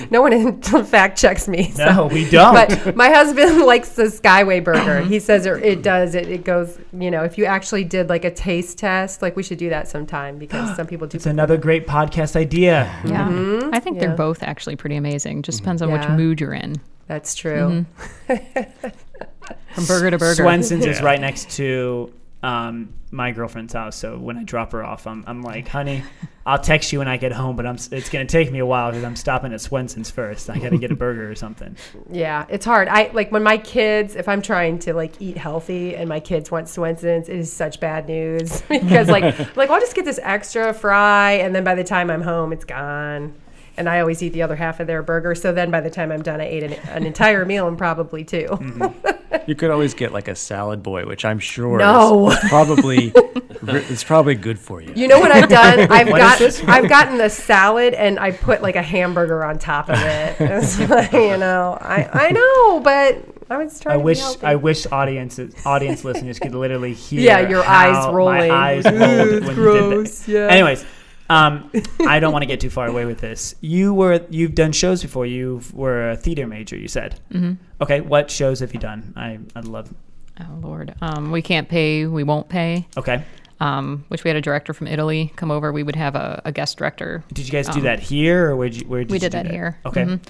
no one in fact checks me. so.
No, we don't.
But my husband likes the Skyway burger. He says it, it does. It, it goes. You know, if you actually did like a taste test, like we should do that sometime because some people do.
It's another great podcast idea.
Yeah. I think
Mm-hmm. Yeah.
they're both actually pretty amazing. Just depends on
Yeah.
which mood you're in.
That's true.
From burger to burger.
Swenson's is
Yeah.
right next to um, my girlfriend's house. So when I drop her off, I'm, I'm like, honey, I'll text you when I get home, but I'm, s- it's going to take me a while because I'm stopping at Swenson's first. I got to get a burger or something.
Yeah, it's hard. I like when my kids, if I'm trying to like eat healthy and my kids want Swenson's, it is such bad news because like like I'll just get this extra fry and then by the time I'm home, it's gone. And I always eat the other half of their burger. So then by the time I'm done, I ate an, an entire meal and probably two.
Mm-hmm.
You could always get like a salad boy, which I'm sure
No.
is probably it's probably good for you.
You know what I've done? I've
What is
got
this?
I've gotten the salad and I put like a hamburger on top of it. It's like, you know, I, I know, but I was trying
I
to be
wish
healthy.
I wish audiences audience listeners could literally hear.
Yeah, your
how
eyes rolling.
My eyes
Ew,
rolled when
it's
you did
gross,
that.
yeah.
Anyways, um, I don't want to get too far away with this. You were you've done shows before. You were a theater major. You said. Mm-hmm. Okay, what shows have you done? I I love.
Oh, Lord. Um, we can't pay. We won't pay.
Okay,
um, which we had a director from Italy come over. We would have a, a guest director.
Did you guys do that here, or where did you, where did
Um, We
you
did
do
that here.
Okay,
Mhm.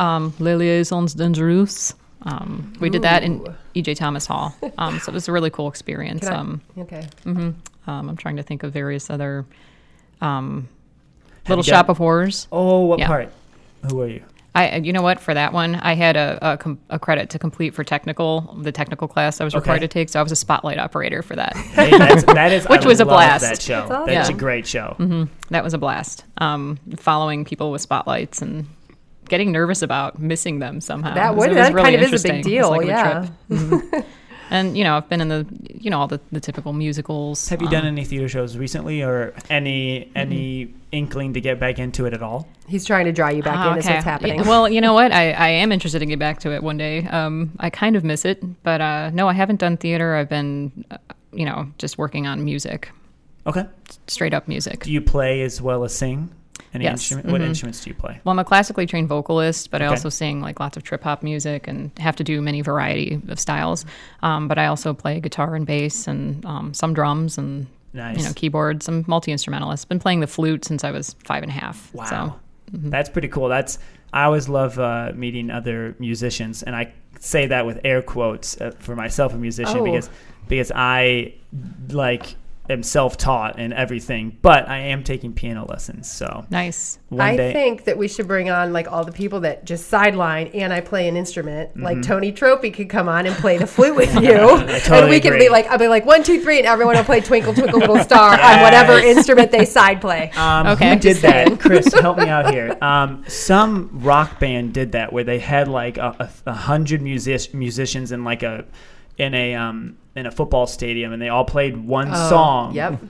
Um, Les Liaisons Dangereuses. Um, we did that in E.J. Thomas Hall. Um, so it was a really cool experience.
Can I-
um,
okay.
um, I'm trying to think of various other um, Little
you
Shop
done-
of Horrors.
oh, what
Yeah.
part? Who are you?
I, and you know what? For that one, I had a, a, com- a credit to complete for technical, the technical class I was required
Okay.
to take. So I was a spotlight operator for that.
Hey, that's, that is,
Which
I
was a
love
blast. Mm-hmm.
That show. That's,
That's awesome.
a
Yeah.
great show.
that was a blast. Um, following people with spotlights and getting nervous about missing them somehow.
That
It was-
would-
it was
that
really
kind of is a
interesting.
big
It was like
deal,
a
yeah.
trip. Mhm. and you know, I've been in the you know all the, the typical musicals.
Have you
um,
done any theater shows recently, or any any inkling to get back into it at all?
He's trying to draw you back
Ah,
in. Is
okay.
what's happening.
Yeah, well, you know what? I, I am interested in getting back to it one day. Um, I kind of miss it, but uh, no, I haven't done theater. I've been, uh, you know, just working on music,
Okay.
straight up music.
Do you play as well as sing? Any
Yes. Mm-hmm.
instrument? What instruments do you play?
Well, I'm a classically trained vocalist, but I
Okay.
also sing like lots of trip hop music and have to do many variety of styles. Um, but I also play guitar and bass and um, some drums and
Nice.
you know keyboards. I'm multi instrumentalist. Been playing the flute since I was five and a half.
Wow,
So.
mm-hmm.
that's pretty cool. That's I always love uh, meeting other musicians, and I say that with air quotes uh, for myself, a musician,
Oh.
because because I like am self-taught in everything, but I am taking piano lessons. So
Nice.
one
I
day,
think that we should bring on like all the people that just sideline and I play an instrument. Like Tony Trophy could come on and play the flute with you, and
Mm-hmm. totally
we could
agree.
be like, I'll be like one, two, three, and everyone will play Twinkle Twinkle Little Star on whatever instrument they side play.
um,
Okay.
who did
Just
that? Chris, help me out here. Um, some rock band did that where they had like a, a, a hundred music- musicians in like a in a um, in a football stadium, and they all played one song.
Oh, Yep.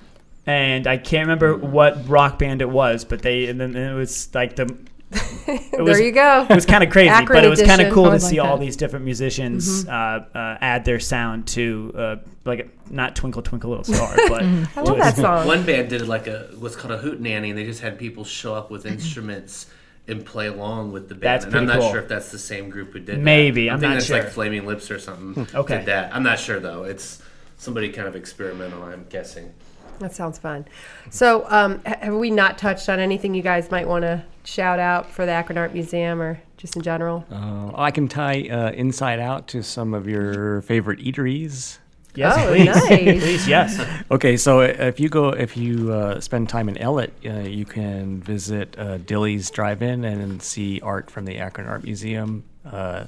and I can't remember what rock band it was, but they and then it was like the it was,
there you go.
It was kind of crazy,
Akron
but it was kind of
edition.
cool
I
to
would
see
like
all
that.
these different musicians
Mm-hmm.
uh, uh, add their sound to uh, like not Twinkle Twinkle Little Star, but
I love that song.
One band did like a what's called a hoot nanny, and they just had people show up with instruments and play along with the band.
That's
and I'm
pretty
not
cool.
sure if that's the same group who did.
Maybe,
that.
I'm
I think
not
that's
sure. Hmm.
Like Flaming Lips or something.
Okay.
Did that? I'm not sure though. It's somebody kind of experimental. I'm guessing.
That sounds fun. So, um, ha- have we not touched on anything you guys might want to shout out for the Akron Art Museum or just in general?
Uh, I can tie uh, Inside Out to some of your favorite eateries.
Yes,
Oh,
please.
nice.
please, yes.
Okay, so i- if you go, if you uh, spend time in Ellet, uh, you can visit uh, Dilly's Drive-In and see art from the Akron Art Museum. Uh,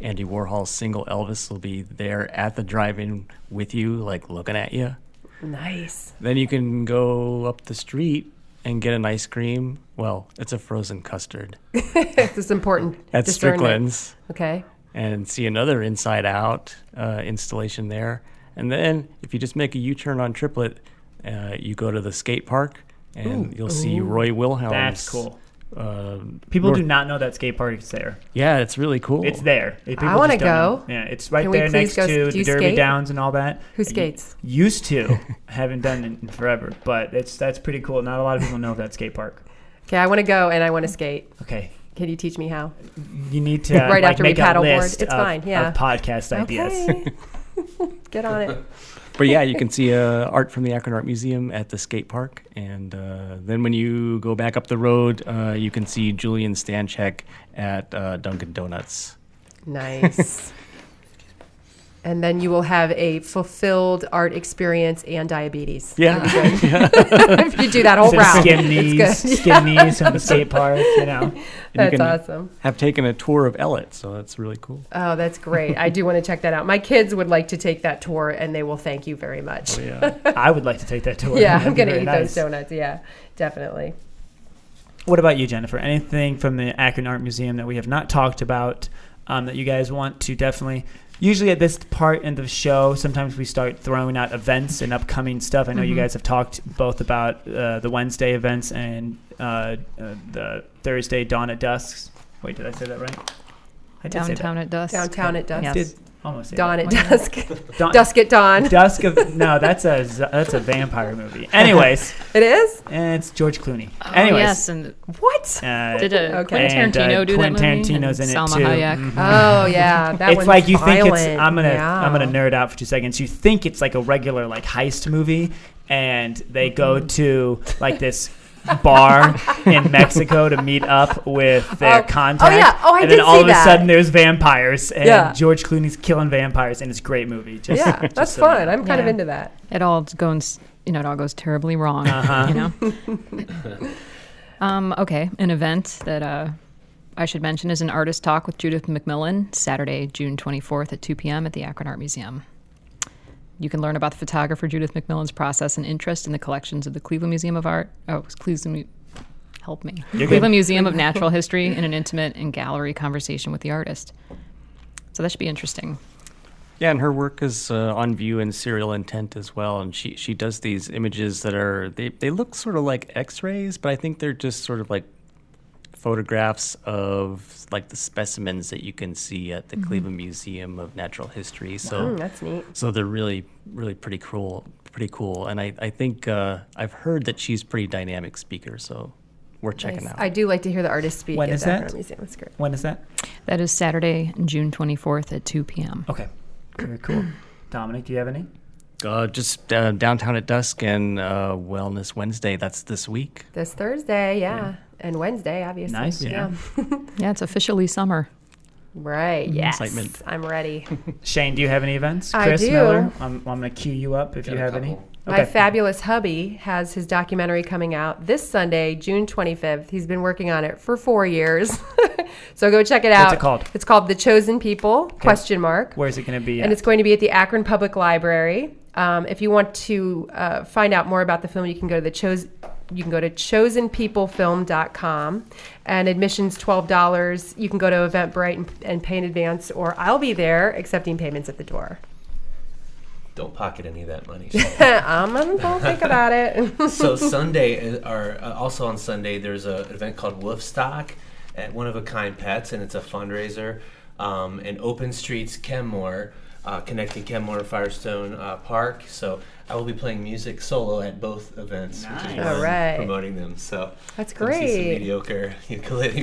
Andy Warhol's single Elvis will be there at the drive-in with you, like looking at you.
Nice.
Then you can go up the street and get an ice cream. Well, it's a frozen custard
this is important.
at
discernment.
Strickland's
Okay.
and see another Inside Out uh, installation there. And then if you just make a U turn on Triplet, uh, you go to the skate park and you'll see Roy Wilhelm's.
That's cool.
Uh,
People do
North-
not know that skate park is there.
Yeah, it's really cool.
It's there. If people
wanna
just don't know-
go.
Yeah, it's right
Can we
there
please
next
go s-
to
do
the
you
Derby
skate?
Downs and all that.
Who skates?
Used to, haven't done it in forever, but it's that's pretty cool. Not a lot of people know of that skate park.
Okay, I want to go and I want to skate.
Okay,
Can you teach me how?
you need to
Right
like,
after we
make a
paddleboard.
list
It's
of,
fine, yeah.
of podcast ideas.
Okay. Get on it.
But yeah, you can see uh, art from the Akron Art Museum at the skate park. And uh, then when you go back up the road, uh, you can see Julian Stanchek at uh, Dunkin' Donuts.
Nice. and then you will have a fulfilled art experience and diabetes.
Yeah.
if you do that whole
Some
route.
skin knees,
It's good.
skin knees from the skate park. You know,
And
That's
you can
awesome.
Have taken a tour of Ellet, so that's really cool.
Oh, that's great. I do want to check that out. My kids would like to take that tour and they will thank you very much.
Oh, Yeah.
I would like to take that tour.
yeah,
Oh, That'd
I'm
be
going to
very
eat
nice.
those donuts. Yeah, definitely.
What about you, Jennifer? Anything from the Akron Art Museum that we have not talked about um, that you guys want to definitely? Usually at this part in the show, sometimes we start throwing out events and upcoming stuff. I know
Mm-hmm.
you guys have talked both about uh, the Wednesday events and uh, uh, the Thursday dawn at dusk. Wait, did I say that right? I did say that.
Downtown at dusk.
Downtown at dusk.
Yes.
Did almost say
Dawn
that.
at
Why not?
dusk.
Dawn-
dusk at dawn.
Dusk of no, that's a z- that's a vampire movie. Anyways,
It is?
and it's George Clooney.
Oh,
Anyways,
yes, and
What?
uh,
did uh,
Okay.
Quentin
And, uh,
Tarantino do
Quentin
that movie?
Tarantino's
And
in it,
Salma
too.
Hayek.
Mhm.
Oh, yeah. That
it's
one's
like you think it's
violent.
I'm gonna I'm gonna
Yeah.
nerd out for two seconds. You think it's like a regular like heist movie, and they go
Mm-hmm.
to like this bar in Mexico to meet up with their
Oh. Oh,
contact.
yeah. Oh, I
and
did
then all
see
of a
that.
sudden there's vampires and
Yeah.
George Clooney's killing vampires and it's a great movie. Just,
Yeah,
just
that's
so you know.
fun. I'm kind of
Yeah.
into that.
it all goes you know it all goes terribly wrong
Uh-huh.
you know um, okay an event that uh, i should mention is an artist talk with judith mcmillan saturday june 24th at 2 p.m at the akron art museum you can learn about the photographer judith mcmillan's process and interest in the collections of the cleveland museum of art oh it's cleveland Mu- help me
You're
cleveland
good.
museum of natural history in an intimate and gallery conversation with the artist so that should be interesting
Yeah, and her work is uh, on view in Serial Intent as well, and she she does these images that are they they look sort of like X-rays, but I think they're just sort of like photographs of like the specimens that you can see at the
Mm-hmm.
Cleveland Museum of Natural History. So
Mm, that's neat.
so they're really really pretty cool, pretty cool. And I I think uh, I've heard that she's a pretty dynamic speaker, so worth checking
Nice.
out.
I do like to hear the artist speak.
When
at
is
the Akron
that?
Museum. It's great.
When is that?
that is saturday june 24th at 2 p.m
Okay, very cool. Dominic, do you have any?
Uh, just uh, downtown at dusk and uh, Wellness Wednesday. That's this week.
This Thursday, yeah. And Wednesday, obviously.
Nice, yeah.
Yeah, it's officially summer.
Right. Yes.
Excitement.
I'm ready.
Shane, do you have any events?
I
Chris
do.
Miller, I'm, I'm going to cue you up if you
a
have any.
couple.
My fabulous hubby has his documentary coming out this Sunday, June 25th. He's been working on it for four years, so go check it out.
it called?
It's called The Chosen People? Question mark.
Where's it going to be?
and
at?
it's going to be at the Akron Public Library. Um, if you want to uh, find out more about the film, you can go to the chose you can go to chosenpeoplefilm.com and admissions $12 you can go to eventbrite and, and pay in advance or i'll be there accepting payments at the door
Don't pocket any of that money.
um, i'm gonna think about it
so Sunday, uh, or uh, also on Sunday, there's a an event called Wolfstock at One of a Kind Pets, and it's a fundraiser. Um, and Open Streets Kenmore, uh, connecting Kenmore and Firestone uh, Park. So I will be playing music solo at both events, which is
Nice.
why I'm
All right.
promoting them. So
That's
come see some
great.
mediocre ukulele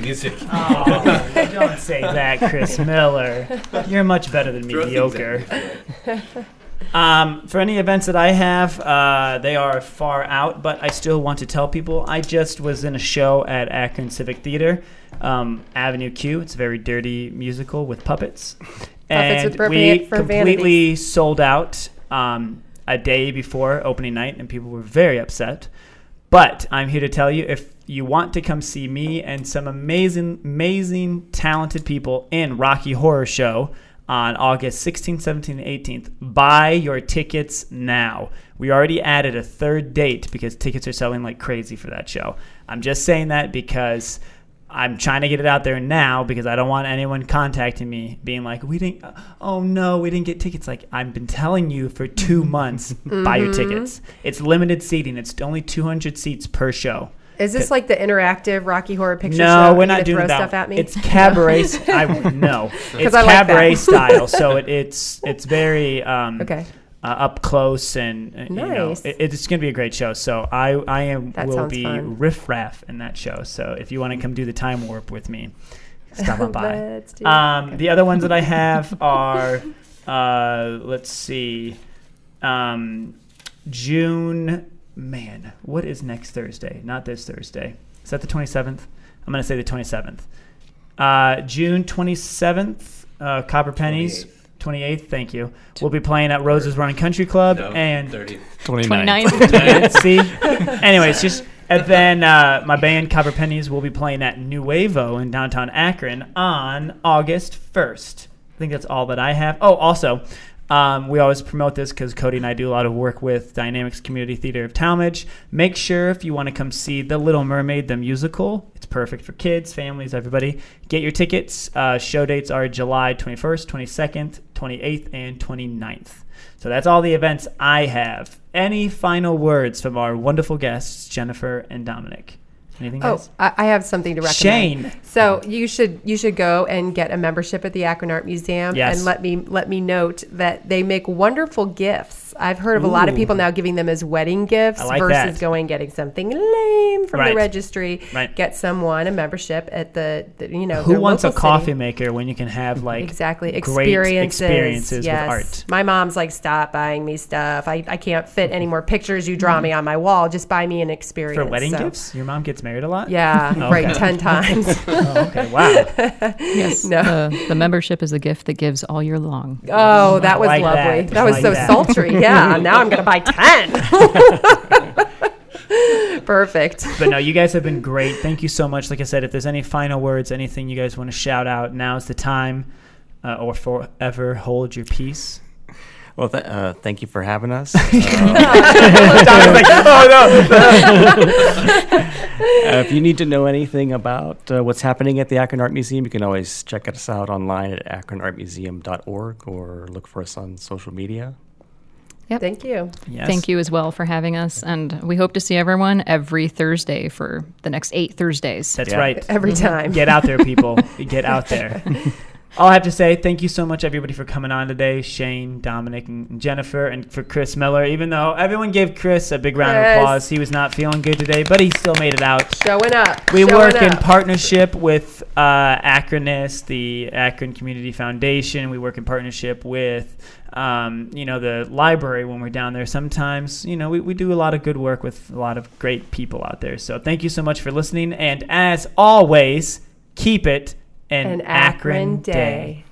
music.
Oh, don't say that, Chris Miller. You're much better than
Throw things at
mediocre.
me.
Um, for any events that I have, uh, they are far out, but I still want to tell people. I just was in a show at Akron Civic Theater, um, Avenue Q. It's a very dirty musical with puppets. and
with
we
appropriate for
completely sold out um, a day before opening night, and people were very upset. But I'm here to tell you if you want to come see me and some amazing, amazing, talented people in Rocky Horror Show on August 16th, 17th, and 18th, buy your tickets now. We already added a third date because tickets are selling like crazy for that show. I'm just saying that because. I'm trying to get it out there now because I don't want anyone contacting me being like, "We didn't, oh no, we didn't get tickets." Like I've been telling you for two
Mm-hmm.
months, buy your tickets. It's limited seating. It's only 200 seats per show.
Is this like the interactive Rocky Horror Picture Show?
no,
where
we're
you
not
could
doing
throw
that.
stuff at me.
It's cabaret. st- I won't- no, it's
I like that.
cabaret style. So it, it's it's very um,
Okay.
uh, up close and uh, you know,
Nice.
it- it's going to be a great show. So I I am
That
will
sounds
be
fun.
riff raff in that show. So if you want to come do the time warp with me, stop on by.
Let's do it.
Um, The other ones that I have are, uh, let's see, um, June. Man, what is next Thursday? Not this Thursday. Is that the 27th? I'm going to say the 27th. Uh, June 27th, uh, Copper Pennies. 28th. thank you. We'll be playing at Rose's Running Country Club
No,
and
30th.
29.
See? Anyways, just and then uh, my band Copper Pennies will be playing at Nuevo in downtown Akron on August first. I think that's all that I have. Oh, also, um, we always promote this because Cody and I do a lot of work with Dynamics Community Theater of Talmage. Make sure if you want to come see The Little Mermaid the musical, it's perfect for kids, families, everybody. Get your tickets. Uh, show dates are July twenty first, twenty second, twenty eighth, and 29th. So that's all the events I have. Any final words from our wonderful guests, Jennifer and Dominic? Anything
Oh,
else?
I I have something to
Shane.
recommend. So you should you should go and get a membership at the Akron Art Museum.
Yes.
And let me let me note that they make wonderful gifts. I've heard of a lot of
Ooh.
people now giving them as wedding gifts
I like
versus
that.
going getting something lame from
Right.
the registry.
Right.
Get someone a membership at the, the you know
Who
their
wants a
local
coffee
city.
maker when you can have like
Exactly.
great
Experiences.
experiences
yes.
with art? Mm-hmm.
My mom's like, stop buying me stuff. I, I can't fit any more pictures you draw me on my wall. Just buy me an experience.
For wedding
So-
gifts, your mom gets married a lot.
Yeah,
Okay.
right. 10 times.
Oh, okay. Wow.
Yes.
No.
The, the membership is a gift that gives all year long.
Oh, that was
like that.
lovely.
Just
That, was
like
so
that.
sultry. Yeah, now I'm going to buy 10. Perfect.
but no, you guys have been great. Thank you so much. Like I said, if there's any final words, anything you guys want to shout out, now's the time. Uh, or forever hold your peace.
Well, th- uh, thank you for having us. Uh, Uh, if you need to know anything about uh, what's happening at the Akron Art Museum, you can always check us out online at akronartmuseum.org or look for us on social media.
Yep.
Thank you.
Yes.
Thank you as well for having us. And we hope to see everyone every Thursday for the next eight Thursdays.
That's
Yeah.
right.
Every time.
Get out there, people. Get out there. All I have to say, thank you so much, everybody, for coming on today. Shane, Dominic, and Jennifer, and for Chris Miller. Even though everyone gave Chris a big round of
Chris.
applause, he was not feeling good today, but he still made it out.
Showing up.
We
showing
work in
up.
partnership with uh, Akronist, the Akron Community Foundation. We work in partnership with, um, you know, the library when we're down there. Sometimes, you know, we, we do a lot of good work with a lot of great people out there. So thank you so much for listening. And as always, keep it an,
An Akron day.